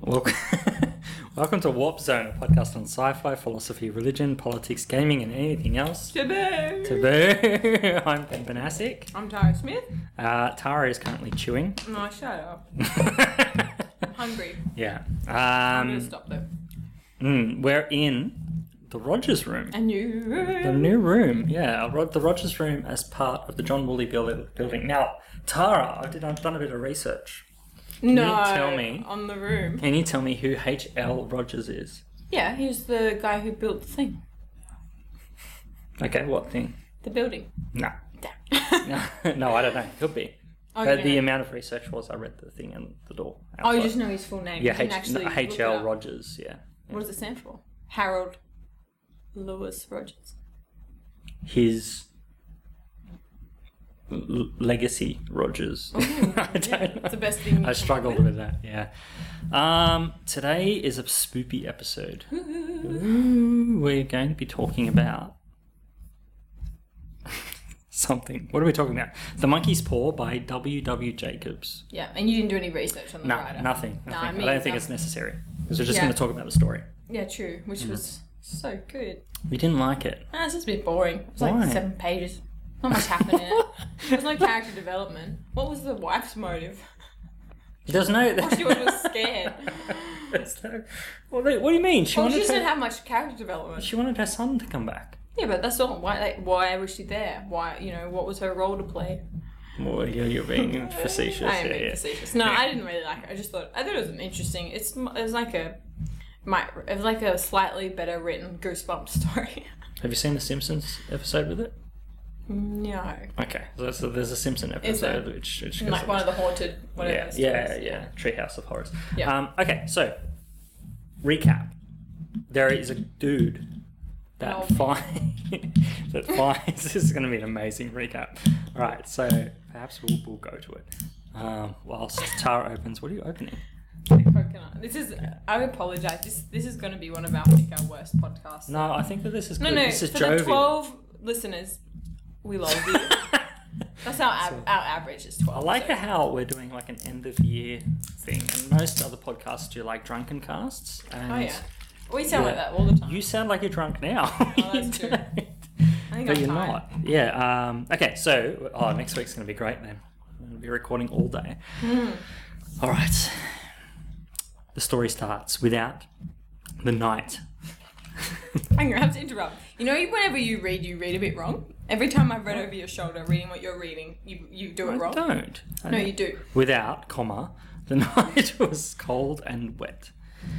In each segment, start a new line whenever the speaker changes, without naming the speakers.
Welcome, welcome to Warp Zone, a podcast on sci-fi, philosophy, religion, politics, gaming, and anything else.
Taboo.
Taboo. I'm Ben Benasik.
I'm Tara Smith.
Uh, Tara is currently chewing.
No, shut up. I'm hungry.
yeah.
I'm gonna
Um,
stop though.
mm, we're in the Rogers room.
And you.
The new room, yeah, I wrote the Rogers room as part of the John Woolley buil- building. Now, Tara, I did, I've done a bit of research.
no.
you tell me?
On the room.
Can you tell me who H.L. Rogers is?
Yeah, he's the guy who built the thing,
Okay, what thing?
the building.
No,
Damn.
no, no, I don't know. Could be.
Oh,
But
you
the
know.
amount of research was I read the thing in the door.
Oh, you
outside.
just know his full name.
yeah,
You didn't
H-
actually
no,
look it
H.L.
up.
Rogers, yeah.
What does it stand for? Harold Lewis Rogers.
His l- legacy, Rogers.
Oh,
I don't know.
It's the best thing.
I struggled with that, yeah. Um, today is a spoopy episode. Ooh, we're going to be talking about something. What are we talking about? The Monkey's Paw by W. W. Jacobs.
Yeah, and you didn't do any research on the
No,
writer.
nothing.
No,
nothing.
I
I,
mean,
don't think
no.
it's necessary because we're just
Yeah.
going to talk about the story.
Yeah, true. Which
Mm.
was so good.
We didn't like it.
Ah, it's just a bit boring. It was
Why?
like seven pages. Not much happened in it. There's no character development. What was the wife's motive?
There's no.
Or she was just scared.
There's no- Well, wait, what do you mean? She
Well, she
wanted
just
her,
didn't have much character development.
she wanted her son to come back.
Yeah, but that's all. Why? Like, why was she there? Why? You know, what was her role to play?
Well, you're, you're being facetious.
I am
yeah,
being
yeah.
facetious. No, I didn't really like it. I just thought I thought it was an interesting. It's m- it was like a, my it was like a slightly better written goosebump story.
Have you seen the Simpsons episode with it?
no,
Okay, so, so there's a Simpson
Is there?
episode which, which goes
like one of the haunted whatever.
yeah,
stories.
yeah, yeah, Treehouse of Horrors.
Yeah.
Um, okay, so recap. There is a dude that
Oh.
finds that finds. This is going to be an amazing recap. All right, so perhaps we'll, we'll go to it. Um, whilst Tara opens, what are you opening?
Coconut. This is. I apologize. This this is going to be one of our I think our worst podcasts.
No, I think that this is
no,
good.
no.
this is
for
jovial.
the twelve listeners, we love you. That's our ab-
So-
our average is
I
twelve.
like
so.
how we're doing like an end of year thing, and most other podcasts do like drunken casts. And
Oh yeah, we sound like
Yeah.
that all the time.
You sound like you're drunk now.
Oh, that's true. I think
No,
I'm
you're
tired.
not. Yeah. Um, okay. So, oh, next week's going to be great then. I'm going to be recording all day. All right. The story starts without the night.
I'm gonna have to interrupt. You know, whenever you read, you read a bit wrong. Every time I read over your shoulder, reading what you're reading, you you do it
I
wrong.
don't. I
No,
don't.
you do.
Without, comma, the night was cold and wet,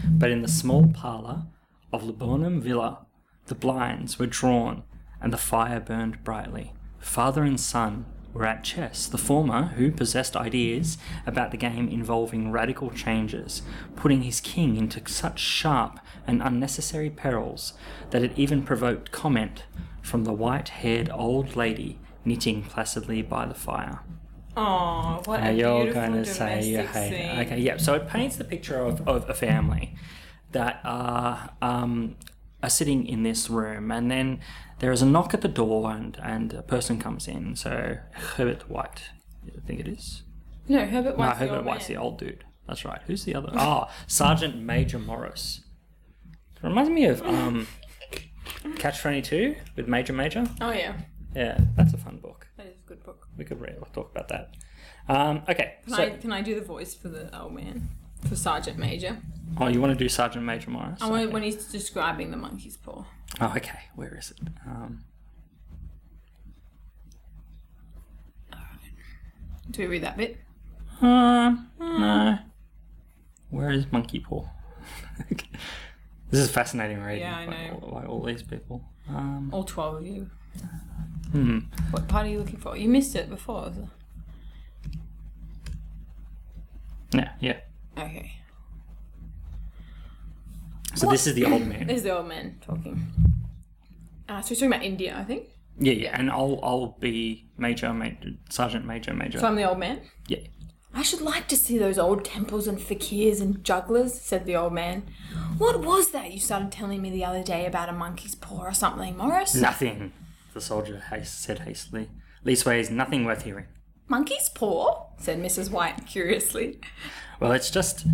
but in the small parlour of Laburnum Villa, the blinds were drawn and the fire burned brightly. Father and son were at chess, the former, who possessed ideas about the game involving radical changes, putting his king into such sharp and unnecessary perils that it even provoked comment from the white haired old lady knitting placidly by the fire.
Oh, what
Now
a
you're
beautiful
going to
domestic
say you hate
scene.
it. Okay, yeah. So it paints the picture of, of a family that are, um, are sitting in this room, and then there is a knock at the door, and, and a person comes in. So Herbert White, I think it is.
No, Herbert
No,
White's the
Herbert
old
White's the
man.
old dude. That's right. Who's the other? Oh, Sergeant Major Morris. It reminds me of um, Catch 22 with Major Major.
Oh yeah,
Yeah, that's a fun book.
that is a good book.
We could read, we'll talk about that. Um, okay.
Can I can I do the voice for the old man for Sergeant Major?
Oh, you want to do Sergeant Major Morris?
I want
Okay.
when he's describing the monkey's paw.
Oh, okay. Where is it? Um,
Do we read that bit?
uh, no. Where is Monkey Paw? this is fascinating reading.
Yeah, I
by
know.
all- By, all these people. Um,
All twelve of you.
hmm.
What part are you looking for? You missed it before.
Yeah, yeah.
Okay.
So this is the old man.
This is the old man talking. Uh, so we're talking about India, I think.
Yeah, yeah. And I'll I'll be Major, Major Sergeant Major Major.
So I'm the old man.
yeah.
I should like to see those old temples and fakirs and jugglers, said the old man. What was that you started telling me the other day about a monkey's paw or something, Morris?
Nothing. The soldier has said hastily. Leastways, nothing worth hearing.
Monkey's paw? said Mrs. White curiously.
Well, it's just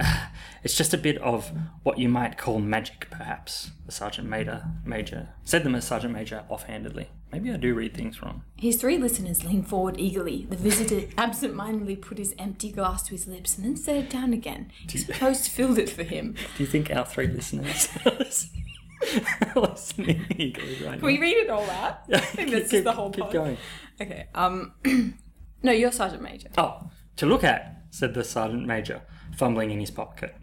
it's just a bit of what you might call magic, perhaps. The sergeant major major said them as sergeant major offhandedly. Maybe I do read things wrong.
His three listeners leaned forward eagerly. The visitor absent-mindedly put his empty glass to his lips and then set it down again. His host filled it for him.
Do you think our three listeners are listening eagerly right
Can we read it all out? I think
now?
this is the whole
keep
pod.
going.
Okay. Um. no, you're sergeant major.
Oh, to look at, said the sergeant major, fumbling in his pocket.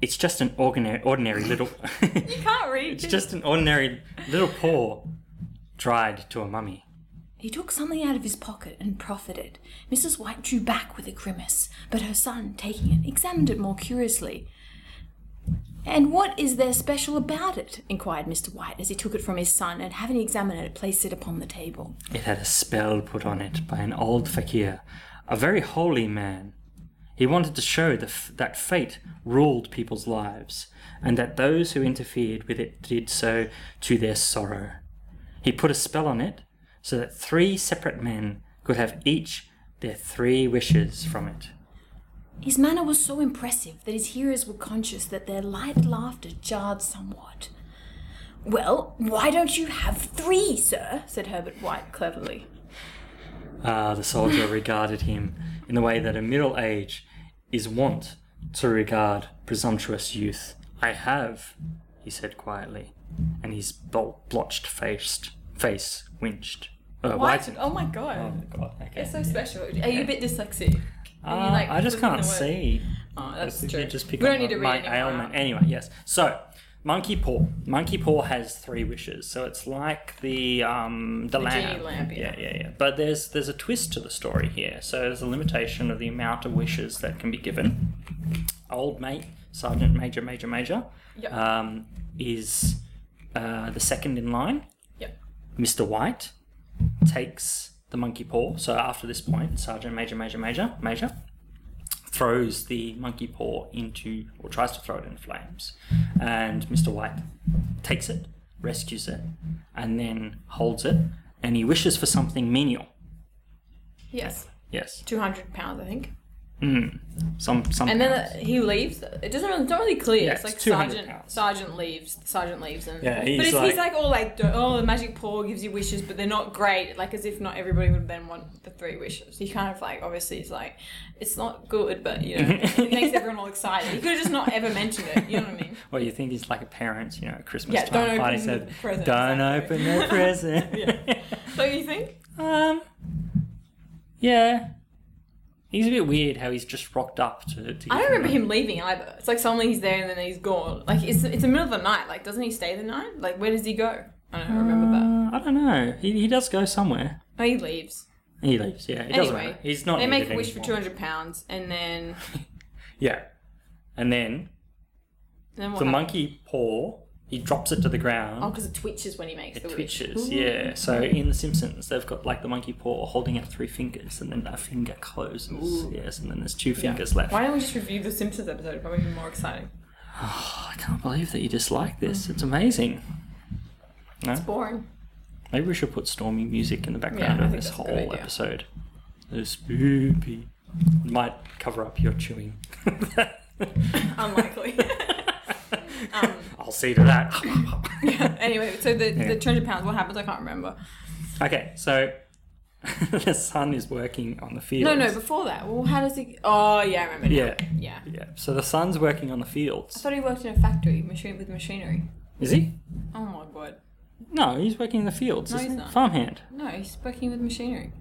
It's just an ordinary, ordinary little.
You can't read.
it's
it.
just an ordinary little paw, dried to a mummy.
He took something out of his pocket and proffered it. Mrs. White drew back with a grimace, but her son, taking it, examined it more curiously. And what is there special about it? inquired Mr. White as he took it from his son and, having examined it, placed it upon the table.
It had a spell put on it by an old fakir, a very holy man. He wanted to show the f- that fate ruled people's lives, and that those who interfered with it did so to their sorrow. He put a spell on it so that three separate men could have each their three wishes from it.
His manner was so impressive that his hearers were conscious that their light laughter jarred somewhat. Well, why don't you have three, sir? said Herbert White cleverly.
Ah, the soldier regarded him in the way that a middle age is wont to regard presumptuous youth. I have, he said quietly, and his bol- blotched faced face winched. Uh, whitened.
Oh my god.
God, okay.
It's so special. Are you a bit dyslexic?
Ah, I just can't see.
Oh,
I
that's
think
true.
you Just
we
pick
don't
up
need to
my
read anymore.
ailment. Anyway, yes. So, monkey paw. Monkey paw has three wishes. So it's like the um the,
genie
lamp.
lamp,
yeah,
yeah.
yeah, yeah. But there's there's a twist to the story here. So there's a limitation of the amount of wishes that can be given. Old mate, sergeant major, major, major,
Yep.
um, is uh, the second in line.
Yep.
Mr. White takes the monkey paw. So after this point, Sergeant Major, Major, Major, Major throws the monkey paw into, or tries to throw it in flames. And Mr. White takes it, rescues it, and then holds it. And he wishes for something menial.
Yes.
Yes,
Two hundred pounds, I think.
Hmm. some some.
And then
pounds.
uh, he leaves. It doesn't. Really, it's not really clear.
Yeah,
it's
it's
like
200
sergeant.
pounds.
Sergeant leaves. Sergeant leaves, and
Yeah, he's
but it's,
like-
he's like all like, oh, the magic paw gives you wishes, but they're not great. Like as if not everybody would then want the three wishes. He kind of like obviously is like, it's not good, but you know, it makes everyone all excited. He could have just not ever mentioned it. You know what I mean?
Well, you think he's like a parent, you know, at Christmas
Yeah,
time.
don't
party
open
said,
the present,
Don't
exactly.
open the present.
So you think?
Um, yeah. He's a bit weird how he's just rocked up to. to
I
give
don't remember
a-
him leaving either. It's like suddenly he's there and then he's gone. Like it's it's the middle of the night. Like doesn't he stay the night? Like where does he go? I don't know, I remember that.
Uh, I don't know. He, he does go somewhere.
Oh, he leaves.
He leaves. Yeah, it doesn't
Anyway,
matter. He's not.
they make
needed
a wish for two
anymore.
hundred pounds and then
Yeah, and then
then what?
the
happens?
monkey paw. He drops it to the
Oh,
ground.
because it twitches when he makes
it
the
twitches.
wish. Ooh.
Yeah. So in The Simpsons, they've got like the monkey paw holding out three fingers, and then a finger closes. Yes, and then there's two
Yeah.
fingers left.
Why don't we just review the Simpsons episode? It'd Probably be more exciting.
Oh, I can't believe that you dislike this. It's amazing.
It's boring.
Maybe we should put stormy music in the background
Yeah, I
of
think
this
that's a
whole
good idea.
episode. The spoopy might cover up your chewing.
Unlikely. um,
I'll see to that.
anyway, so the the two hundred pounds. What happens? I can't remember.
okay, so the sun is working on the fields.
No, no. Before that, well, how does he? Oh, yeah, I remember. now.
Yeah.
yeah.
Yeah. So the sun's working on the
I
fields.
thought he worked in a factory machine with machinery.
Is he?
Oh my god.
No, he's working in the fields.
No,
isn't
he's
he?
not.
Farmhand.
No, he's working with machinery.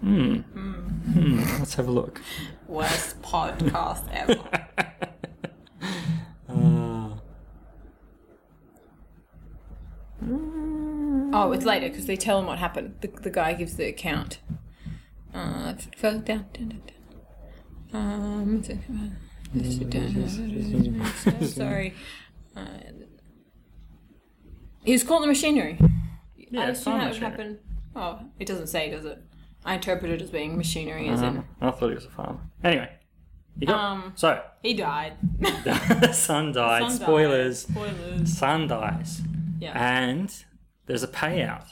Hmm. Hmm. Let's have a look.
Worst podcast ever.
Uh,
Oh, it's later because they tell him what happened. The, the guy gives the account. Uh, further down, down, down, down. Um, so- just
Uh,
down. sorry. Uh, he was caught in the machinery.
Yeah,
I
it's
assume
farm
that would
machinery.
happen. Oh, it doesn't say, does it? I interpret it as being machinery, as
uh,
in
I thought he was a farmer. Anyway. you go.
Um,
so
he died.
the sun died.
Sun died.
Spoilers. Uh,
Spoilers.
Sun dies.
Yeah,
And there's a payout.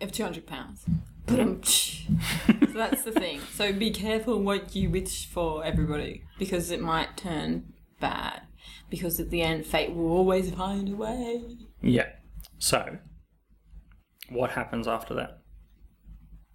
of two hundred pounds.
Ba-dum-tsh.
So that's the thing. So be careful what you wish for, everybody, because it might turn bad. Because at the end, fate will always find a way.
Yeah. So, what happens after that?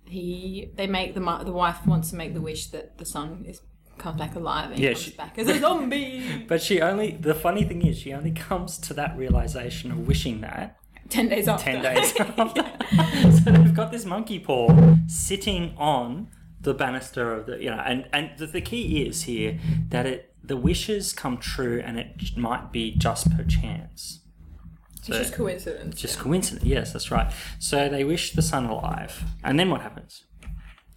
He, they make the mi- the wife wants to make the wish that the son is comes back alive and he
Yeah,
comes
she-
back as a zombie.
But she only, the funny thing is, she only comes to that realization of wishing that
ten days after.
10 days after. so they've got this monkey paw sitting on the banister of the, you know, and, and the, the key is here that it, the wishes come true and it j- might be just per chance.
It's just coincidence.
Just coincidence. Yes, that's right. So they wish the son alive. And then what happens?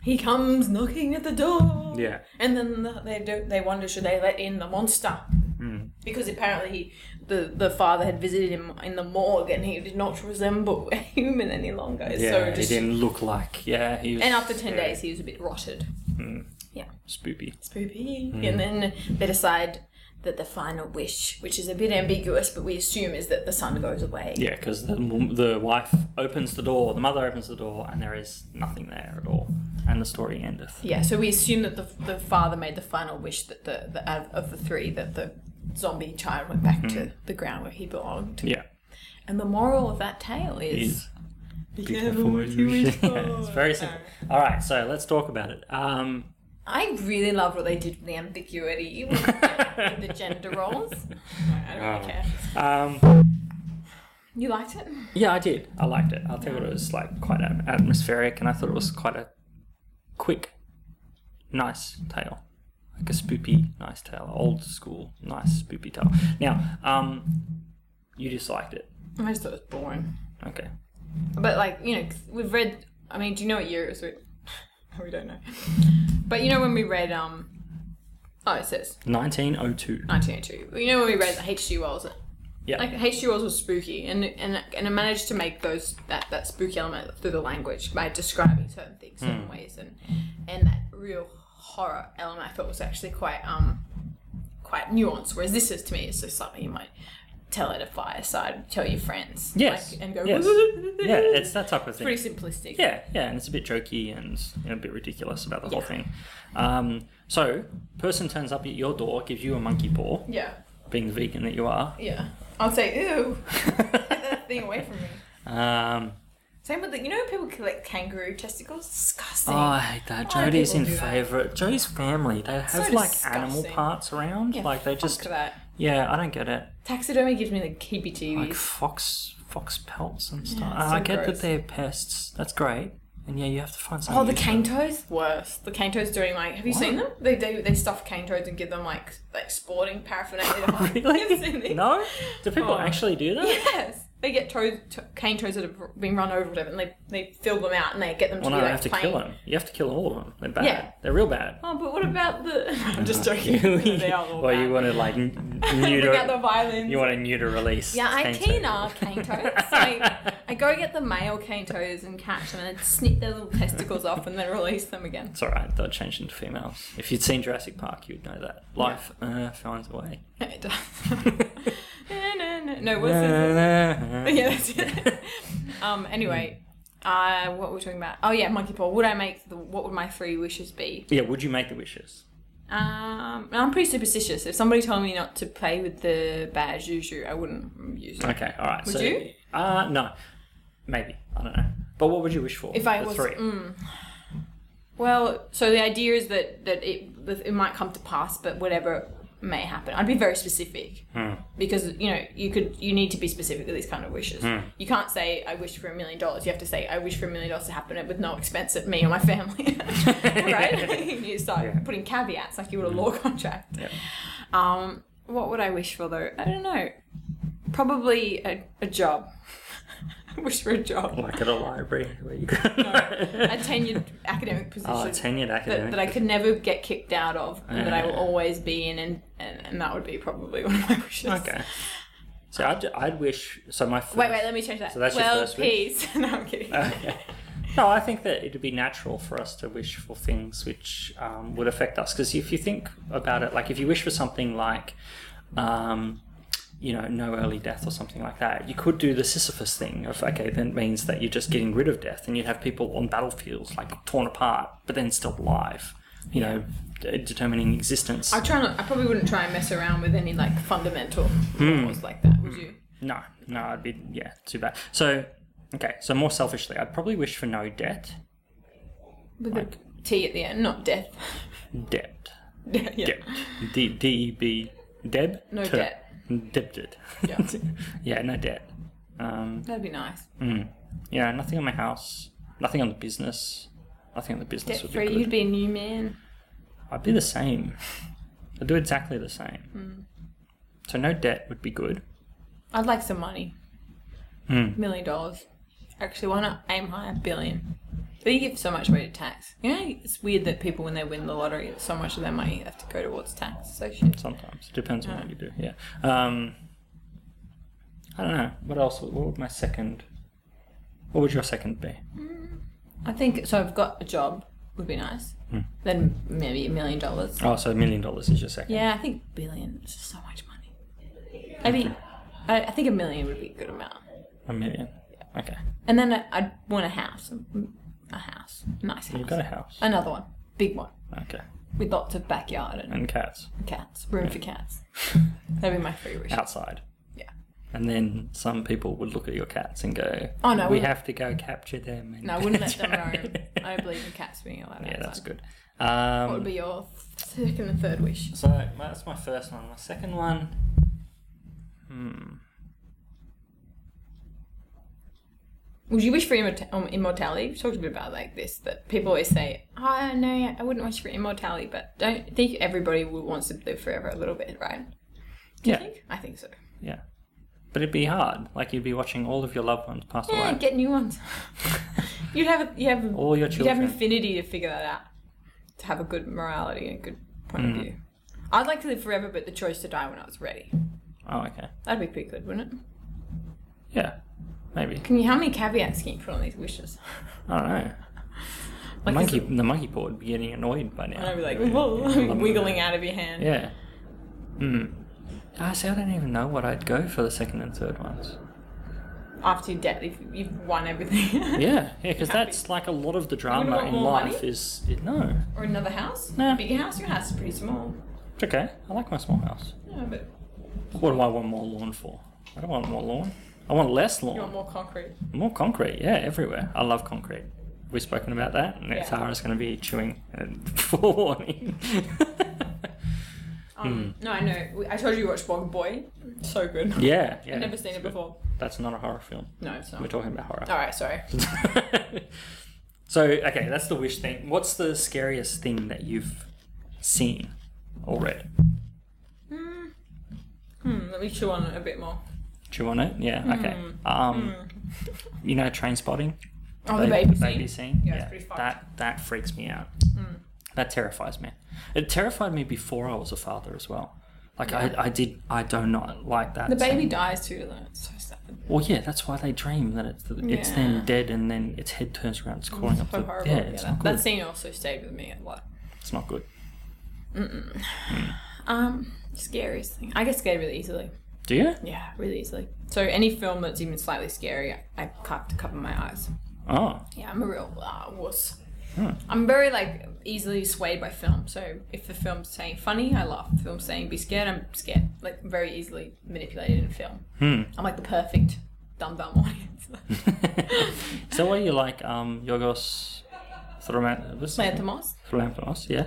He comes knocking at the door.
Yeah.
And then the- they do, they wonder should they let in the monster?
Hmm.
Because apparently he, the the father had visited him in the morgue and he did not resemble a human any longer. so
he
just,
didn't look like, yeah, he was.
and after ten
yeah,
days he was a bit rotted,
Spoopy.
spoopy.
Hmm.
And then they decide that the final wish, which is a bit ambiguous, but we assume is that the son goes away.
Yeah, because the, wom- the wife opens the door, the mother opens the door, and there is nothing there at all. And the story endeth.
Yeah, so we assume that the, the father made the final wish that the, the out of the three that the zombie child went
Hmm.
back to the ground where he belonged.
Yeah.
And the moral of that tale is be
careful what you wish for. Yeah, it's very simple. All right, so let's talk about it. Um,
I really love what they did with the ambiguity with the, with the gender roles. I don't really care.
um,
You liked it?
yeah, I did. I liked it. I think it was like quite at- atmospheric, and I thought it was quite a quick, nice tale, like a spoopy, nice tale, old school, nice spoopy tale. Now, um, you disliked it,
I just thought it was boring.
okay?
But like you know, 'cause we've read. I mean, do you know what year it was? written? we don't know. But you know when we read um. Oh, it says
1902.
1982. You know when we read the H.G. Wells
Yeah.
Like H.G. Wells was spooky, and and and it managed to make those that that spooky element through the language by describing certain things
Hmm.
certain ways, and and that real horror element I thought was actually quite um quite nuanced. Whereas this is to me, it's just something you might tell at a fireside, tell your friends,
Yes,
like, and go.
yes. yeah, it's that type of thing.
pretty simplistic.
Yeah, yeah, and it's a bit jokey and you know, a bit ridiculous about the whole thing. Um, so, person turns up at your door, gives you a monkey paw,
yeah,
being the vegan that you are.
yeah. I'll say ew, get that thing away from me.
Um,
Same with the, you know when people collect kangaroo testicles, disgusting.
oh, I hate that.
Why do
Jody's in
people do that?
favour. Jody's family, they have
So
like animal
disgusting.
parts around.
yeah,
like they
fuck
just,
that.
yeah, I don't get it.
Taxidermy gives me the keepy
Like
jeebies.
fox, fox pelts and stuff.
Yeah, it's
I
so
get
gross.
that they're pests. That's great. And yeah, you have to find something.
oh, the cane toads? Worse. The cane toads doing like, have you seen them? They do, they stuff cane toads and give them like like sporting paraphernalia. to hunt. You've seen
Really?
these?
No? Do people
Oh.
actually do that?
Yes. They get toads, to- cane toads that have been run over or whatever, and they, they fill them out and they get them
Well, no,
to be
you
like
have to
plain.
kill them. You have to kill all of them. They're bad.
Yeah.
They're real bad.
Oh, but what about the? I'm just joking. they are all
well, you
bad.
want to like n-
Look at the
neuter.
violins.
You want a neuter release.
Yeah, I
cane
keen
toad.
our cane toads. I, I go get the male cane toads and catch them and then snip their little testicles off and then release them again.
It's all right. They'll change into females. If you'd seen Jurassic Park, you'd know that life uh, finds a way.
No, it does. no, no, no. No, what's this? Yeah,
yeah.
that's it. um, anyway, uh, what were we talking about? Oh, yeah, Monkey Paw. Would I make the, what would my three wishes be?
yeah. Would you make the wishes?
Um, I'm pretty superstitious. If somebody told me not to play with the bad juju, I wouldn't use it.
Okay. All right.
Would
so,
you?
Uh, no. Maybe. I don't know. But what would you wish for?
If I
The
was,
three.
Mm. well, so the idea is that that it that it might come to pass, but whatever may happen, I'd be very specific
Hmm.
because you know you could you need to be specific with these kind of wishes.
Hmm.
You can't say I wish for a million dollars. You have to say I wish for a million dollars to happen with no expense at me or my family. right? you need to start
Yeah. Mm.
putting caveats like you would a law contract.
Yeah.
Um, what would I wish for though? I don't know. Probably a, a job. I wish for a job
Like at a library where you.
a tenured academic position
oh, tenured
that,
academic.
that I could never get kicked out of and that I will always be in, and, and, and that would be probably one of my wishes.
Okay. So I'd, I'd wish. So my. First,
Wait, wait, let me change that.
So that's your
well,
first wish? Uh.
peace. no, I'm kidding.
Okay. No, I think that it'd be natural for us to wish for things which um, would affect us. Because if you think about it, like if you wish for something like, um, you know, no early death or something like that. You could do the Sisyphus thing of, okay, then it means that you're just getting rid of death and you'd have people on battlefields, like, torn apart, but then still alive, you know, d- determining existence.
I try not. I probably wouldn't try and mess around with any like fundamental
Hmm.
laws like that. Would you?
No, no, I'd be yeah, too bad. So okay, so more selfishly, I'd probably wish for no debt. Hmm.
With a T at the end, not death.
Debt.
yeah.
Debt. D D E B Deb?
No
T-
debt.
Debted.
Yeah.
yeah, no debt. Um
That'd be nice.
yeah, nothing on my house. Nothing on the business. Nothing on the business
Debt
would
free.
be good.
You'd be a new man.
I'd be the same. I'd do exactly the same.
Hmm.
So no debt would be good.
I'd like some money.
Hmm.
Million dollars. Actually, why not aim high? A billion. But you give so much away to tax. You know, it's weird that people, when they win the lottery, so much of their money have to go towards tax. So shit.
Sometimes. Depends on what you do. Yeah. Um, I don't know. What else? What would my second? What would your second be?
I think so. I've got a job would be nice.
Hmm.
Then maybe a million dollars.
Oh, so a million dollars is your second.
Yeah, I think billion is so much money. Maybe I, I think a million would be a good amount.
A million. Okay.
And then I, I'd want a house, a house, a nice house,
You've got a house.
another one, big one
Okay.
with lots of backyard and
And cats
cats, room for cats. That'd be my free wish.
outside.
Yeah.
And then some people would look at your cats and go,
Oh, no,
we
we-
have to go capture them." And
No, I wouldn't let them roam. I don't believe in cats being allowed
yeah,
outside.
that's good.
What would
Um,
be your second and third wish?
so my- that's my first one. My second one. Hmm.
Would you wish for immort- um, immortality? We've talked a bit about like this that people always say, "Oh no, I wouldn't wish for immortality," but don't think everybody would wants to live forever a little bit, right? Do
Yeah.
you think? I think so.
Yeah. But it'd be hard. Like you'd be watching all of your loved ones pass
Yeah,
away.
get new ones. you'd have you have
All your
you'd have an
children.
infinity to figure that out. To have a good morality and a good point
Mm.
of view. I'd like to live forever, but the choice to die when I was ready.
Oh, okay.
That'd be pretty good, wouldn't it?
Yeah. Maybe.
Can you? How many caveats can you put on these wishes?
I don't know. The
Like,
monkey,
is
the monkey paw would be getting annoyed by
And I'd
now.
be like, "Whoa," wiggling out of your hand.
Yeah. Hmm. I see. I don't even know what I'd go for the second and third ones.
after your death if you've won
Yeah,
everything.
yeah, because that's like a lot of the drama
want
in
more
life
money?
is it, no.
Or another house?
Nah.
Bigger house? Your house is pretty small.
It's okay. I like my small house.
Yeah, but
What do I want more lawn for? I don't want more lawn. I want less lawn.
you want more concrete.
More concrete, yeah, everywhere. I love concrete. We've spoken about that, and
Yeah.
Tara's going to be chewing uh, forewarning.
Um, No, I know. We- I told you you watched Bog Boy. So good.
Hmm. yeah, yeah.
I've never seen it before.
That's not a horror film.
No, it's not.
We're talking about horror.
All right, sorry.
so, okay, that's the wish thing. What's the scariest thing that you've seen or read?
Hmm, let me chew on it a bit more.
Chew on it?
Hmm.
Yeah, okay. Um, You know, train spotting?
Oh, the baby,
baby
scene.
scene.
Yeah, it's pretty fucked.
that that freaks me out.
Hmm.
That terrifies me. It terrified me before I was a father as well. Like I, I did, I do not like that.
The
scene.
baby dies too, though. It's so sad.
Well, yeah, that's why they dream that it's it's then
Yeah.
dead and then its head turns around, it's crawling up.
So
the,
horrible.
Yeah, it's
that,
not good.
that scene also stayed with me a lot.
It's not good.
Um, scariest thing. I get scared really easily.
Do you?
Yeah, really easily. So any film that's even slightly scary, I, I have to cover my eyes.
Oh, hmm.
Yeah, I'm a real uh, wuss. I'm very like easily swayed by film. So if the film's saying funny, I laugh. If the film's saying be scared, I'm scared. Like very easily manipulated in film.
Hmm.
I'm like the perfect dumb dumb audience.
is that why you like um Yorgos Thorama- what's his name?
Lanthimos.
Lanthimos? Yeah,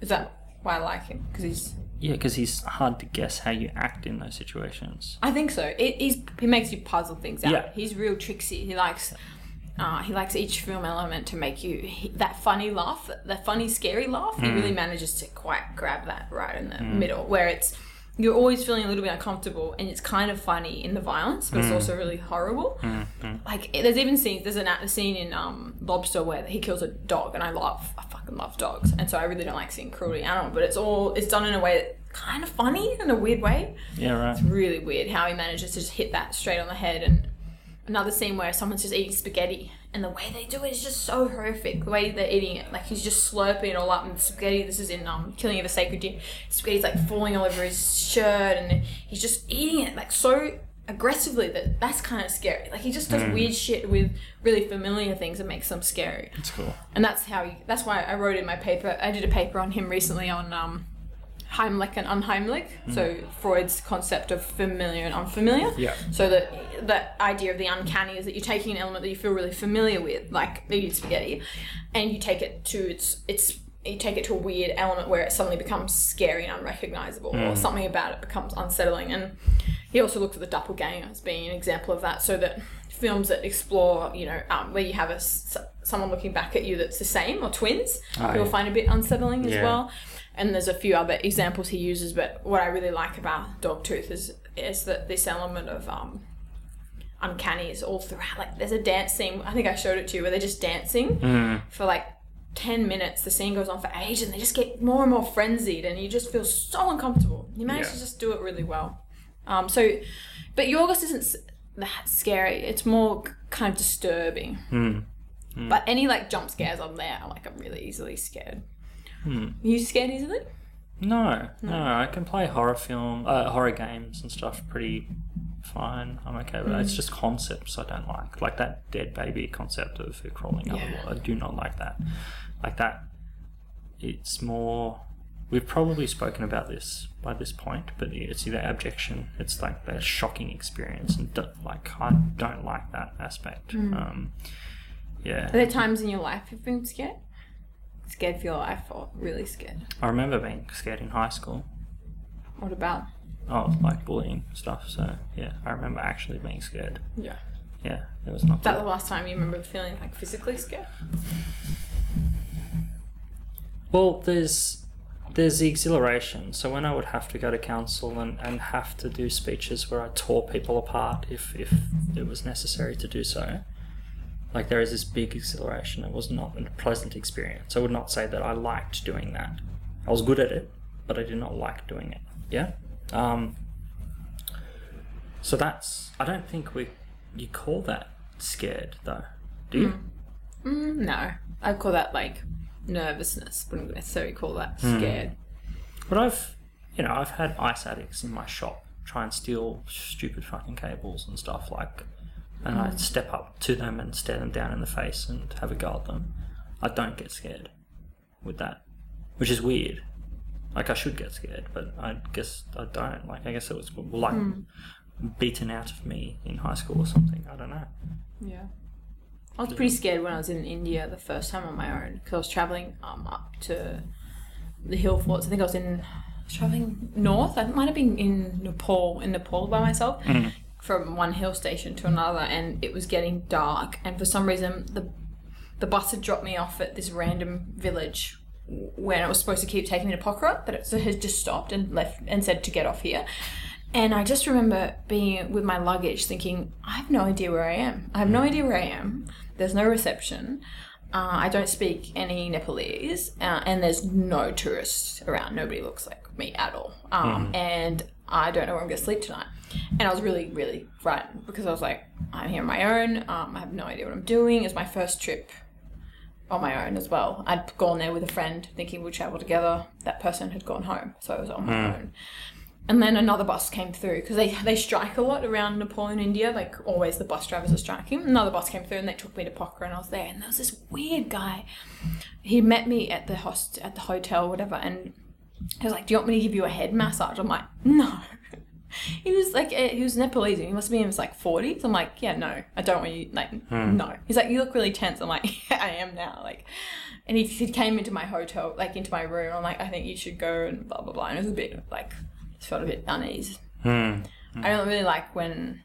Is that why I like him? Because he's.
yeah, because he's hard to guess how you act in those situations.
I think so. It, he's he makes you puzzle things out.
Yeah.
He's real tricksy. He likes. Uh, he likes each film element to make you he, that funny laugh, that funny scary laugh. He really manages to quite grab that right in the middle, where it's you're always feeling a little bit uncomfortable, and it's kind of funny in the violence, but it's also really horrible. Like there's even scenes. There's an, a scene in um, Lobster where he kills a dog, and I love, I fucking love dogs, and so I really don't like seeing cruelty in animal. But it's all it's done in a way that's kind of funny in a weird way
Yeah, right.
really weird how he manages to just hit that straight on the head and another scene where someone's just eating spaghetti and the way they do it is just so horrific the way they're eating it like he's just slurping it all up and the spaghetti this is in um, killing of a sacred deer spaghetti's like falling all over his shirt and he's just eating it like so aggressively that that's kind of scary like he just does weird shit with really familiar things that makes them scary
It's cool.
and that's how you, that's why I wrote in my paper. I did a paper on him recently on um, Heimlich and unheimlich, so Freud's concept of familiar and unfamiliar.
Yeah.
So that that idea of the uncanny is that you're taking an element that you feel really familiar with, like maybe it's spaghetti, and you take it to its its you take it to a weird element where it suddenly becomes scary and unrecognizable, or something about it becomes unsettling. And he also looked at the doppelganger as being an example of that, so that films that explore, you know, um, where you have a s- someone looking back at you that's the same or twins,
Ah,
you'll
yeah.
find a bit unsettling as
Yeah.
well and there's a few other examples he uses but what i really like about dogtooth is is that this element of um uncanny is all throughout like there's a dance scene i think i showed it to you where they're just dancing for like 10 minutes the scene goes on for ages and they just get more and more frenzied and you just feel so uncomfortable you manage
Yeah.
to just do it really well um so but yorgos isn't s- that scary it's more k- kind of disturbing but any like jump scares on there like i'm really easily scared Are you scared easily
No, no, I can play horror film, uh, horror games and stuff pretty fine. I'm okay with that. It's just concepts I don't like, like that dead baby concept of her crawling up
Yeah.
the wall. I do not like that. Like that, it's more. We've probably spoken about this by this point, but it's either abjection. It's like that shocking experience, and do like I don't like that aspect. Um, yeah.
Are there times in your life you've been scared? Scared for your life or really scared?
I remember being scared in high school.
What about?
Oh, like bullying stuff. So yeah, I remember actually being scared.
Yeah.
Yeah, it was not.
That
That
the last time you remember feeling like physically scared?
well, there's there's the exhilaration. So when I would have to go to council and, and have to do speeches where I tore people apart if if it was necessary to do so, like there is this big exhilaration. It was not a pleasant experience. I would not say that I liked doing that. I was good at it, but I did not like doing it. Yeah. Um, so that's. I don't think we you call that scared though, do you?
Mm, no. I'd call that like nervousness. Wouldn't necessarily call that scared.
But I've, you know, I've had ice addicts in my shop try and steal stupid fucking cables and stuff like, and I step up to them and stare them down in the face and have a go at them. I don't get scared with that, which is weird. Like I should get scared, but I guess I don't. Like I guess it was well, like beaten out of me in high school or something. I don't know.
Yeah. I was pretty scared when I was in India the first time on my own because I was traveling um, up to the hill forts. I think I was in I was traveling north. I might have been in Nepal in Nepal by myself from one hill station to another, and it was getting dark. And for some reason, the the bus had dropped me off at this random village when it was supposed to keep taking me to Pokhara, but it so it had just stopped and left and said to get off here. And I just remember being with my luggage thinking, I have no idea where I am. I have no idea where I am. There's no reception. Uh, I don't speak any Nepalese, uh, and there's no tourists around. Nobody looks like me at all. Um, And I don't know where I'm going to sleep tonight. And I was really, really frightened because I was like, I'm here on my own. Um, I have no idea what I'm doing. It's my first trip on my own as well. I'd gone there with a friend thinking we'd travel together. That person had gone home, so I was on my own. And then another bus came through because they, they strike a lot around Nepal and India. Like always, the bus drivers are striking. Another bus came through and they took me to Pokhara and I was there. And there was this weird guy. He met me at the host at the hotel, whatever, and he was like, "Do you want me to give you a head massage?" I'm like, "No." He was like, eh, he was Nepalese. He must be in his like 40s. I'm like, yeah, no, I don't want you. Like, no. He's like, you look really tense. I'm like, yeah, I am now. Like, and he, he came into my hotel, like into my room. I'm like, I think you should go and blah blah blah. And it was a bit like, just felt a bit uneasy. I don't really like when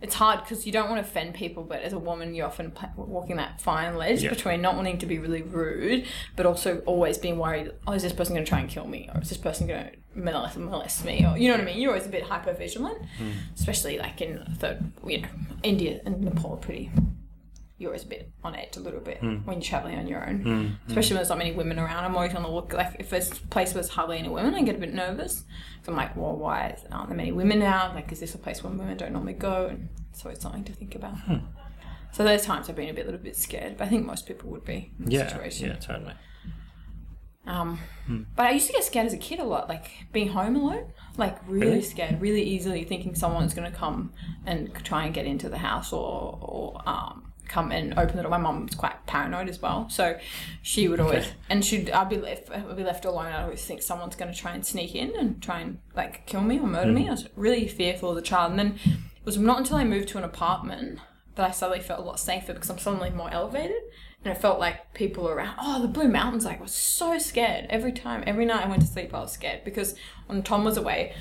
it's hard because you don't want to offend people, but as a woman, you're often pla walking that fine ledge
Yeah.
between not wanting to be really rude, but also always being worried. Oh, is this person going to try and kill me, or is this person going to molest, molest me, or you know what I mean? You're always a bit hyper vigilant, especially like in third, you know, India and Nepal, are pretty. You're always a bit on edge, a little
Hmm.
bit when you're traveling on your own, especially when there's not many women around. I'm always on the look. Like if this place was hardly any women, I get a bit nervous. So I'm like, well, why is- aren't there many women now? Like, is this a place where women don't normally go? And so it's something to think about.
Hmm.
So there's times I've been a bit, little bit scared, but I think most people would be in that
Yeah,
situation.
yeah, totally.
Um,
Hmm.
But I used to get scared as a kid a lot, like being home alone, like really,
Really?
scared, really easily thinking someone's going to come and try and get into the house or, or um, come and open the door. My mum's quite paranoid as well, so she would always,
Okay.
and she'd, I'd be left, I'd be left alone. I always think someone's going to try and sneak in and try and like kill me or
Hmm.
murder me. I was really fearful as a child, and then it was not until I moved to an apartment that I suddenly felt a lot safer because I'm suddenly more elevated. And it felt like people around. Oh, the Blue Mountains! Like I was so scared every time. Every night I went to sleep, I was scared because when Tom was away,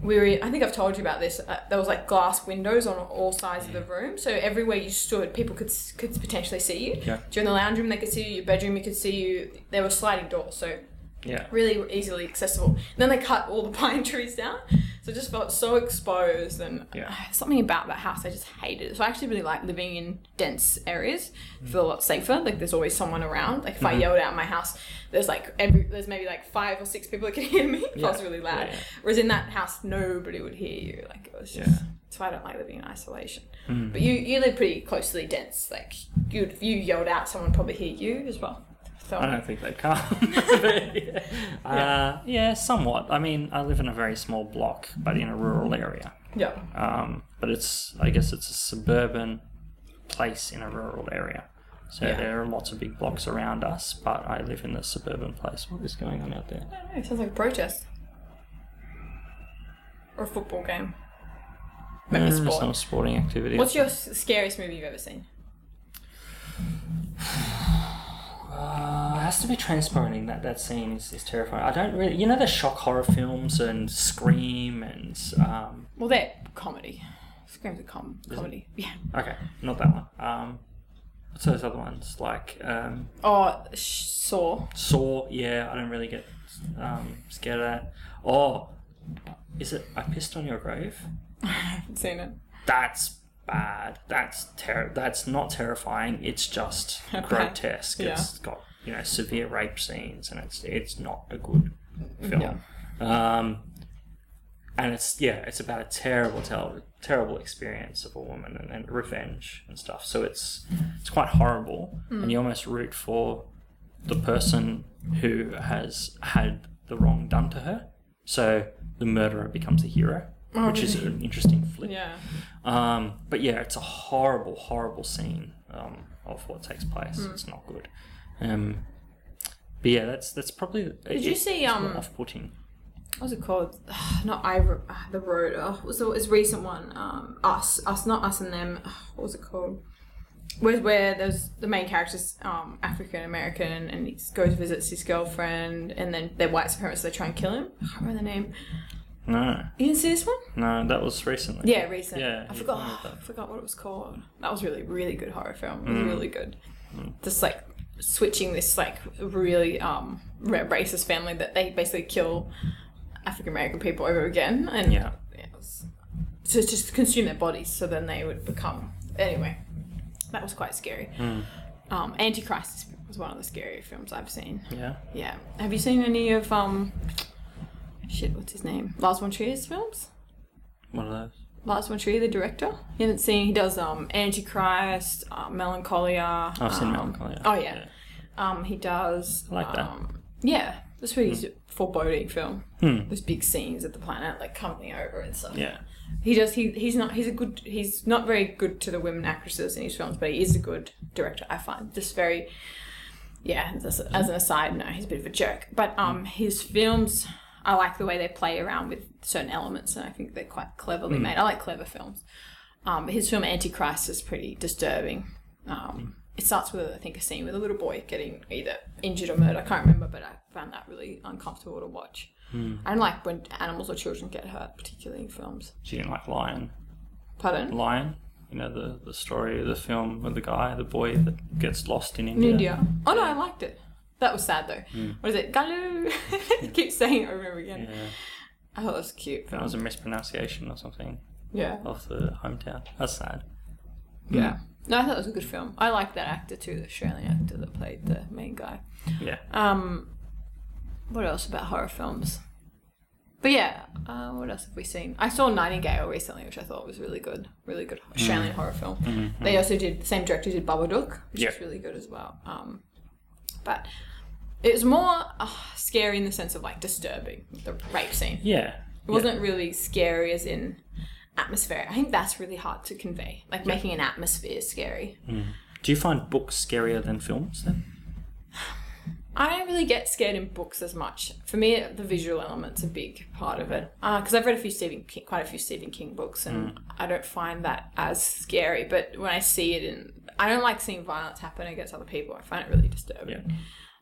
we were. I think I've told you about this. Uh, there was like glass windows on all sides of the room, so everywhere you stood, people could s- could potentially see you.
Yeah.
During the lounge room, they could see you. Your bedroom, you could see you. There were sliding doors, so
Yeah.
really easily accessible. then they cut all the pine trees down, so I just felt so exposed and uh,
Yeah.
something about that house I just hated. So I actually really like living in dense areas.
Mm.
Feel a lot safer. Like there's always someone around. Like if
Mm-hmm.
I yelled out my house, there's like every there's maybe like five or six people that can hear me if I was
Yeah.
really loud.
Yeah, yeah.
Whereas in that house, nobody would hear you. Like it was just.
Yeah. Mm-hmm.
That's why I don't like living in isolation.
Hmm.
But you you live pretty closely dense. Like you if you yelled out, someone would probably hear you as well. So
I don't think they come. But, yeah. Uh, yeah, somewhat. I mean, I live in a very small block, but in a rural area.
yeah.
Um, but it's, I guess, it's a suburban place in a rural area. So
Yeah.
there are lots of big blocks around us, but I live in the suburban place. What is going on out there?
I don't know, it sounds like a protest. Or a football game. Maybe
Mm,
sport.
Some sporting activity.
What's your s- scariest movie you've ever seen?
Uh, it has to be transporting. That that scene is, is terrifying. I don't really, you know, the shock horror films and Scream and um,
Well, they're comedy. Screams a com- comedy. Yeah.
okay, not that one. Um, what's those other ones like um,
Oh, sh- Saw.
Saw? Yeah, I don't really get um, scared of that. Oh, is it I pissed on your grave?
Haven't seen it.
That's bad. That's ter- That's not terrifying. It's just grotesque.
Yeah.
It's got you know severe rape scenes, and it's it's not a good film. Um, and it's yeah, it's about a terrible, terrible, terrible experience of a woman and, and revenge and stuff. So it's it's quite horrible,
Hmm.
and you almost root for the person who has had the wrong done to her. So the murderer becomes the hero, which is an interesting flip.
Oh, Yeah.
Um, but yeah, it's a horrible, horrible scene um, of what takes place.
Hmm.
It's not good. Um, but yeah, that's that's probably. Did
you see, um,
off-putting?
What's it called? not I. ah, The Road. Oh, what's the his recent one? Um, us. Us. Not us and them. Ah, What was it called? Where, where there's the main character's um, African American and he goes visits his girlfriend and then they're white supremacists. They try and kill him. I can't remember the name.
No,
You didn't see this one?
no, that was recently.
Yeah, recent.
Yeah,
I
you
forgot.
told me
I forgot what it was called. That was really, really good horror film. It
Mm.
was really good. Just like switching this like really um ra- racist family that they basically kill African American people over again, and
Yeah.
it was, so it's just consume their bodies. So then they would become anyway. That was quite scary.
Hmm.
Um, Antichrist was one of the scarier films I've seen.
Yeah.
Yeah. Have you seen any of um? Shit, what's his name? Lars von Trier's films.
One of those.
Lars von Trier, the director. You haven't seen. He does um Antichrist, uh, Melancholia.
I've seen
um,
Melancholia.
Oh yeah. Um, he does.
I like that.
Um, yeah, that's pretty foreboding film.
Hmm.
Those big scenes at the planet, like coming over and stuff.
Yeah.
He does. He, he's not. He's a good. He's not very good to the women actresses in his films, but he is a good director. I find just very. Yeah, as, as an aside, no, he's a bit of a jerk. But um, his films, I like the way they play around with certain elements, and I think they're quite cleverly made. I like clever films. Um, his film Antichrist is pretty disturbing. Um, it starts with I think a scene with a little boy getting either injured or murdered. I can't remember, but I found that really uncomfortable to watch. I don't like when animals or children get hurt, particularly in films.
She didn't like Lion.
Pardon?
Lion. You know the the story of the film with the guy, the boy that gets lost in
In
India.
India. Oh no, I liked it. That was sad though. What is it? Galu. He keeps saying it over and over again.
Hmm. Yeah.
I thought it was a cute.
That
Film.
was a mispronunciation or something
Yeah.
of the hometown. That's sad. Hmm.
Yeah. No, I thought it was a good film. I like that actor too, the Australian actor that played the main guy.
Yeah.
Um, what else about horror films? But yeah, uh, what else have we seen? I saw Nightingale recently, which I thought was really good, really good
Mm-hmm.
Australian horror film. They also did the same director did Babadook, which
Yeah.
is really good as well. Um, but it was more uh, scary in the sense of like disturbing the rape scene.
Yeah.
It wasn't really scary as in atmosphere. I think that's really hard to convey. Like making an atmosphere scary.
Do you find books scarier than films then?
I don't really get scared in books as much. For me, the visual element's a big part of it. Because I've read a few Stephen King, quite a few Stephen King books, and
Mm.
I don't find that as scary. But when I see it in, I don't like seeing violence happen against other people. I find it really disturbing.
Yeah.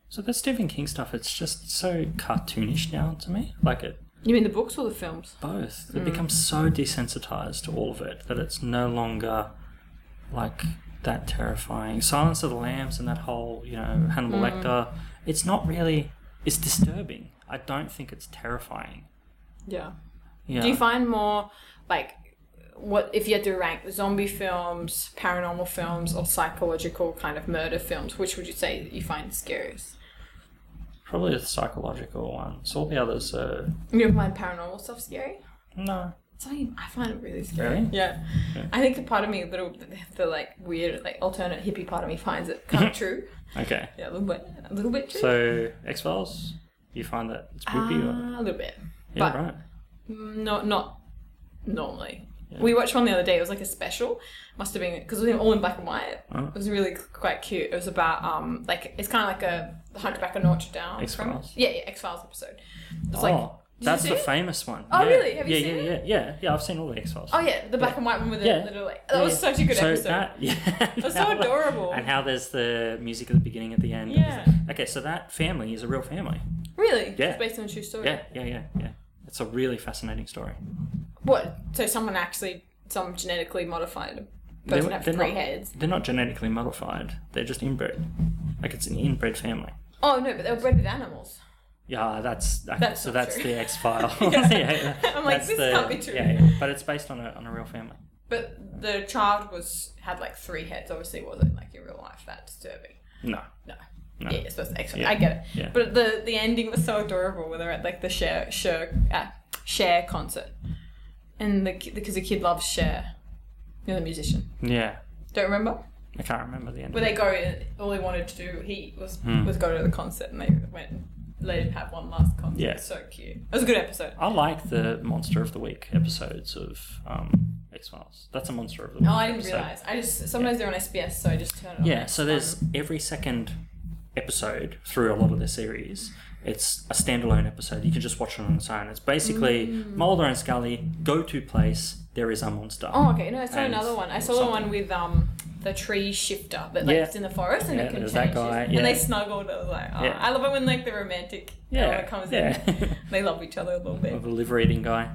So the Stephen King stuff, it's just so cartoonish now to me. Like it
You mean the books or the films?
both.
Hmm.
They become so desensitized to all of it that it's no longer like that terrifying. Silence of the Lambs and that whole, you know, Hannibal
Hmm.
Lecter, it's not really it's disturbing. I don't think it's terrifying.
Yeah.
Yeah.
Do you find more like what if you had to rank zombie films, paranormal films, or psychological kind of murder films? Which would you say that you find scariest?
Probably the psychological ones. All the others are
You don't find paranormal stuff scary?
no.
Something I find it really scary.
Really?
Yeah. I think the part of me, a little, the, the like weird, like alternate hippie part of me finds it kind of true.
Okay.
Yeah, a little bit, a little bit true.
So X Files, you find that spooky or
Ah, a little bit.
yeah,
but-
uh, right.
Not, not normally. We watched one the other day. It was like a special. Must have been because we were all in black and white.
Oh.
It was really c- quite cute. It was about um, like it's kind of like a The Hunchback of Notre Dame.
X-Files?
Yeah, yeah, X Files episode. It's like,
oh,
you
that's
see
the
it?
famous one.
Oh,
yeah.
really? Have you
yeah,
seen
yeah,
it?
yeah, yeah, yeah. I've seen all the X Files.
oh yeah, the black and white one with the
Yeah.
little like that was such a good
so
episode.
That, yeah,
it was so adorable.
And how there's the music at the beginning, at the end.
Yeah.
Okay, so that family is a real family.
Really?
Yeah.
It's based on a true story.
Yeah, yeah, yeah, yeah. It's a really fascinating story.
What? So someone actually, some genetically modified
They-
person have
they're
3
not-
heads.
They're not genetically modified. They're just inbred. Like it's an inbred family.
Oh no, but they were bred with animals.
Yeah, that's,
That's
so.
not
That's
true.
the X file.
Yeah. I'm like, this can't be true.
Yeah, yeah, but it's based on a on a real family.
But the child was had like three heads. Obviously, it wasn't like in real life that disturbing.
No.
No.
No.
Yeah, it's supposed to X.
Yeah.
I get it.
Yeah.
But the the ending was so adorable. Where they're at like the share share uh, share concert, and the ki- because the kid loves Cher, you know, the musician.
Yeah.
Don't remember.
I can't remember the end.
Where
of
they
it.
go, all he wanted to do, he was
Hmm.
was go to the concert, and they went and let him have one last concert.
Yeah.
It was so cute. It was a good episode.
I like the monster of the week episodes of um, X Files. That's a monster of the week.
Oh, I didn't
episode.
realize. I just sometimes they're on SBS, so I just turn it on.
Yeah, so there's every second episode through a lot of the series. It's a standalone episode. You can just watch it on its own. It's basically
Mm.
Mulder and Scully go to place. There is a monster.
Oh, okay. No, I saw
And
another one. I saw the
something.
one with um the tree shifter that like
Yeah.
lives in the forest and
Yeah,
it can
there's
change.
that
his-
guy, yeah.
And they snuggled. I was like, oh.
Yeah.
I love it when like the romantic
yeah,
element comes
yeah.
in. They love each other a little bit.
of the liver eating guy.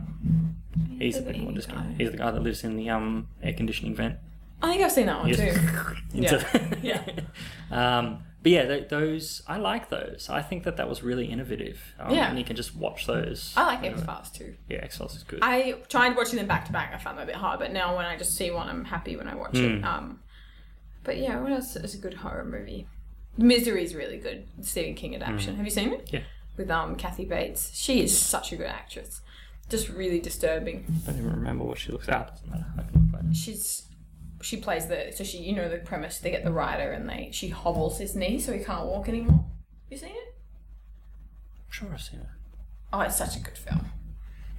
He's a bit more
Liver-eating
disgusting.
guy.
He's the guy that lives in the um air conditioning vent.
I think I've seen that one
Yes.
too.
Into-
Yeah.
um, but yeah, th- those I like those. I think that that was really innovative. Um,
Yeah.
and you can just watch those.
I like
whenever-
X Files too.
Yeah, X Files is good.
I tried watching them back to back. I found that a bit hard, but now when I just see one, I'm happy when I watch it. Um, but yeah, what else is a good horror movie? Misery is really good. Stephen King adaptation. Have you seen it?
Yeah.
With um Kathy Bates, she is such a good actress. Just really disturbing.
I don't even remember what she looks like. Doesn't matter. I can look later.
she's she plays the so she you know the premise they get the rider and they she hobbles his knee so he can't walk anymore. You seen it?
I'm sure I've seen it.
Oh, it's such a good film.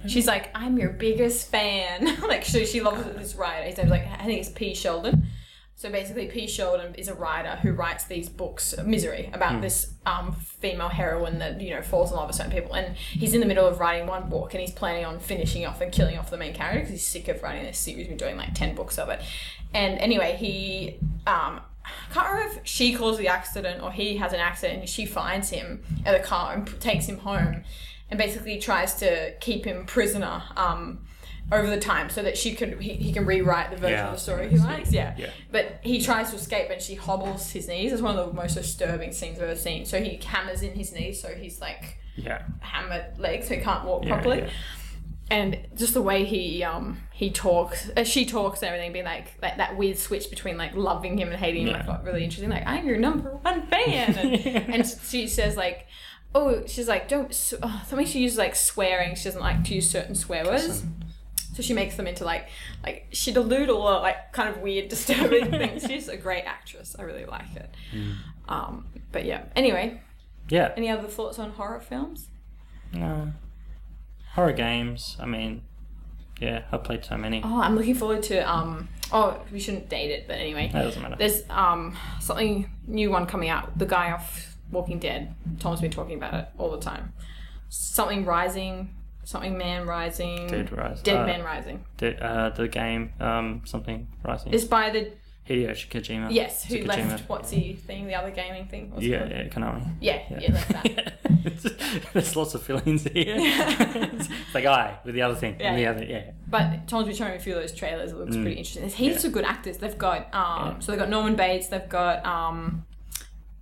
She's like, I'm your biggest fan. like, so she loves this writer. His name's like, I think it's P. Sheldon. So basically, P. Sheldon is a writer who writes these books, Misery, about this um, female heroine that you know falls in love with certain people. And he's in the middle of writing one book, and he's planning on finishing off and killing off the main character because he's sick of writing this series. We're doing like ten books of it. And anyway, he um, I can't remember if she caused the accident or he has an accident and she finds him at a car and p- takes him home and basically tries to keep him prisoner um, over the time so that she could he, he can rewrite the version
Yeah,
of the
I've
story
seen
he
that
likes yeah.
Yeah.
but he tries to escape and she hobbles his knees it's one of the most disturbing scenes I've ever seen so he hammers in his knees so he's like
Yeah.
hammered legs so he can't walk
Yeah,
properly
yeah.
and just the way he um he talks uh, she talks and everything being like like that weird switch between like loving him and hating him
Yeah.
I thought really interesting like I'm your number one fan and, and she says like oh, she's like, don't. s- Oh, something she uses like swearing. She doesn't like to use certain swear words. So she makes them into like, like she delude all like kind of weird, disturbing things. She's a great actress. I really like it.
Hmm.
Um, but yeah. Anyway,
Yeah.
any other thoughts on horror films?
No. Horror games. I mean, yeah, I've played so many.
Oh, I'm looking forward to. Um, oh, we shouldn't date it, but anyway,
That doesn't matter.
there's um something new one coming out. The guy off Walking Dead. Tom's been talking about it all the time. Something rising. Something man rising.
Dead Rise.
Dead
uh,
Man Rising.
The, uh, the game, um, something rising.
It's by the
Hideyoshi Kojima.
yes, who
It's a
left
Kojima.
what's he thing, the other gaming thing. What's it
Yeah,
called?
yeah, Konami.
yeah, yeah, left that.
There's lots of feelings here. it's like I with the other thing
Yeah.
and the other, yeah.
But Tom's been showing me a few of those trailers. It looks
Mm.
pretty interesting. There's heaps
Yeah.
of good actors. They've got um,
Yeah.
so they've got Norman Bates. They've got um,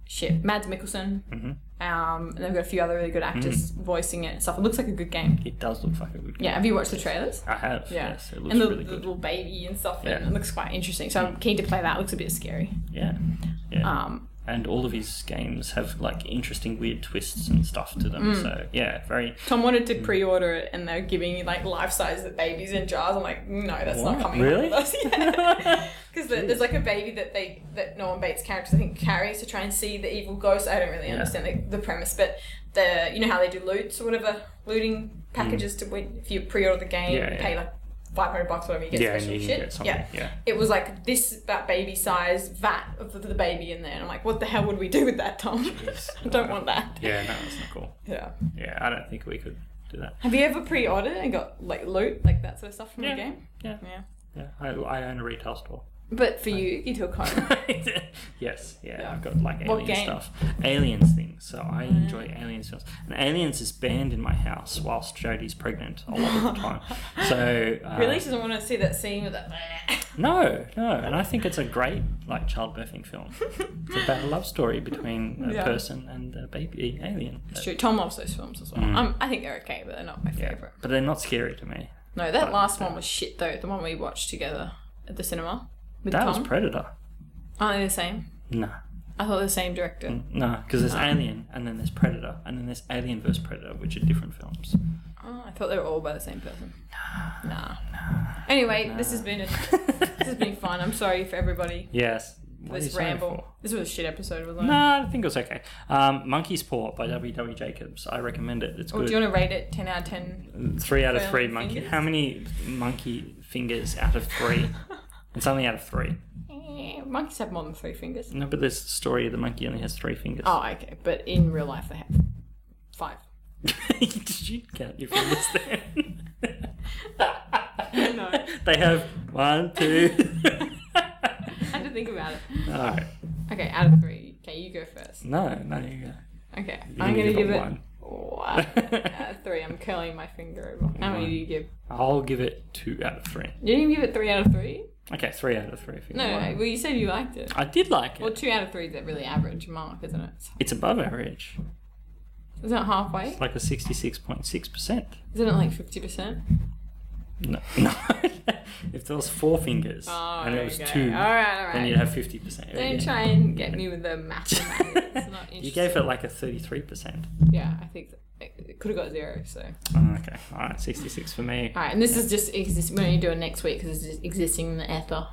shit, Mads Mikkelsen.
Mhm.
Um, and they've got a few other really good actors
Mm.
voicing it and stuff. It looks like a good game.
It does look like a good game.
Yeah. Have you watched the trailers?
I have.
Yeah.
Yes, it looks
and the,
really
the
good.
little baby and stuff.
Yeah.
And it looks quite interesting. So I'm keen to play that. It looks a bit scary.
Yeah. Yeah.
Um,
and all of his games have like interesting weird twists and stuff to them.
Mm.
So yeah, very
Tom wanted
Mm.
to pre-order it, and they're giving you like life-size babies in jars. I'm like, no, that's not
What?
coming.
Really?
Because there's like a baby that they that Norman Bates' character I think carries to try and see the evil ghost. I don't really
Yeah.
understand the, the premise, but the you know how they do loots or whatever looting packages to win if you pre-order the game,
Yeah,
you
yeah.
pay like 500 bucks or whatever you get
yeah, and
special
you can
shit.
get something.
yeah.
Yeah. yeah.
It was like this that baby size vat of the, the baby in there, and I'm like, what the hell would we do with that, Tom? I don't want that.
Yeah, no, that's not cool.
Yeah.
Yeah, I don't think we could do that.
Have you ever pre-ordered and got like loot, like that sort of stuff from
Yeah.
the game?
Yeah.
Yeah.
Yeah, I, I own a retail store.
But for you, you took home.
Uh, yes, yeah,
Yeah.
I've got like
What
alien
game? Mm.
stuff, aliens things. So I enjoy aliens films, and aliens is banned in my house whilst Jodie's pregnant a lot of the time. So uh,
really, she doesn't want to see that scene with that.
No, no, and I think it's a great like childbirthing film. it's about a love story between a
Yeah.
person and a baby alien.
It's true. Tom loves those films as well.
Mm.
Um, I think they're okay, but they're not my
Yeah,
favorite.
but they're not scary to me.
No, that
But-
last one was shit though. The one we watched together at the cinema with
That
Tom.
was Predator.
Aren't they the same?
No,
I thought they were the same director.
no, because there's Alien and then there's Predator and then there's Alien vs Predator, which are different films.
Oh, I thought they were all by the same person. Nah. Anyway, this has been a, this has been fun. I'm sorry for everybody.
Yes. What are you
This
sorry
ramble.
for?
This was a shit episode, wasn't
No, I
it?
think it was okay. Um, Monkey's Paw by W. W. Jacobs. I recommend it. It's
Or
good.
Oh,
Mm,
do you want to rate it 10 out of 10?
three out of
Brown
three monkey.
fingers?
How many monkey fingers out of three? it's only out of three.
Eh, monkeys have more than three fingers.
No, but there's the story the monkey only has three fingers.
Oh, okay. But in real life, they have five.
Did you count your fingers then?
no,
they have one, two.
I had to think about it.
no,
Okay, out of three. Okay, you go first.
no, no. You go.
Okay,
You
I'm
can
gonna
give it
give it
one.
one out of three. I'm curling my finger over. How many do you give?
I'll give it two out of three.
You didn't give it three out of three.
Okay, three out of three. if you
No,
want.
no. Well, you said you liked it.
I did like
Well,
it.
two out of three is a really average mark, isn't it?
It's above average.
Isn't it halfway?
It's like a sixty-six point six percent.
Isn't it like fifty percent?
No, no. if there was four fingers
Oh,
and it was
okay.
two,
All right, all right.
then you'd have fifty percent.
Don't try and get me with the math. man. It's not interesting.
You gave it like a thirty-three percent.
Yeah, I think it- it could have got zero. So.
Oh, okay, all right, sixty-six for me.
All right, and this is just exist- we're only doing next week because it's just existing in the ether.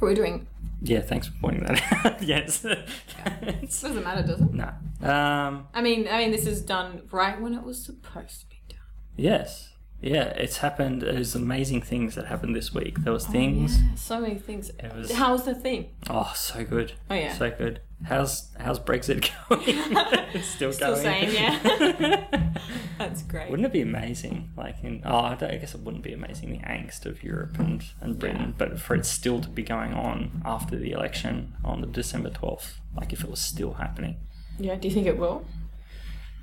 We're doing.
Yeah, thanks for pointing that out. yes.
This doesn't matter, does it?
no. Um.
I mean, I mean, this is done right when it was supposed to be done.
Yes. Yeah, it's happened. There's amazing things that happened this week. There was things.
Oh, Yeah, so many things.
It was-
How was the thing?
Oh, so good.
Oh yeah,
So good. How's how's Brexit going? it's still,
still
going.
same. Yeah, that's great.
Wouldn't it be amazing? Like in oh, I, don't, I guess it wouldn't be amazing the angst of Europe and, and Britain, but for it still to be going on after the election on the December twelfth, like if it was still happening.
Yeah, do you think it will?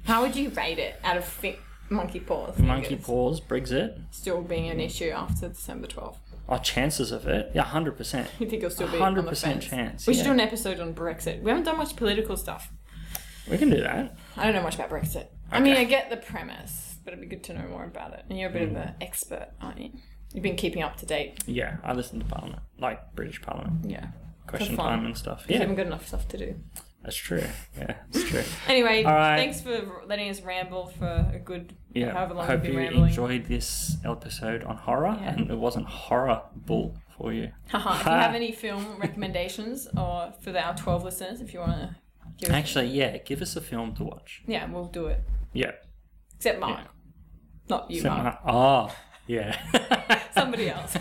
How would you rate it out of fi- monkey paws?
Monkey
fingers
paws, Brexit.
still being an issue after December twelfth.
Oh, chances of it? Yeah, hundred percent.
You think it'll still be on the
100%
fence?
chance,
We should
yeah.
do an episode on Brexit. We haven't done much political stuff.
We can do that.
I don't know much about Brexit. I mean,
Okay.
I get the premise, but it'd be good to know more about it. And you're a bit
Hmm.
of an expert, aren't you? You've been keeping up to date.
Yeah, I listen to Parliament, like British Parliament,
Yeah.
question
fun.
time and stuff.
You
Yeah,
haven't got enough stuff to do.
That's true. Yeah, it's true.
Anyway,
All right.
thanks for letting us ramble for a good
Yeah,
however long
I
we've
hope
been
you
rambling.
enjoyed this episode on horror,
Yeah.
and it wasn't horrible for you.
Haha, if you have any film recommendations or for our 12 listeners, if you want to give us.
Actually, yeah, give us a film to watch.
Yeah, we'll do it.
Yeah,
Except Mark. Not you,
So Mark-
Mark.
Oh, yeah.
Somebody else.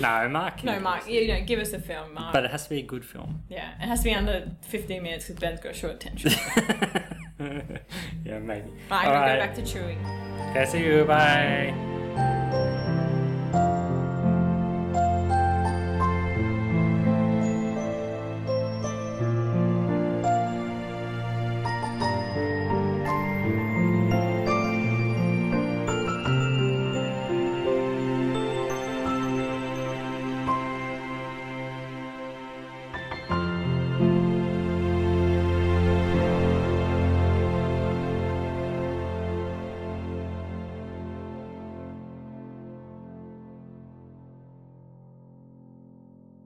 no, Mark. can
no,
do
Mark.
this.
You know, give us a film, Mark.
But it has to be a good film.
yeah, it has to be under 15 minutes because Ben's got short attention.
yeah, maybe.
Right, I'm
All
going to
right.
go back to chewing.
Yeah, see you. Bye.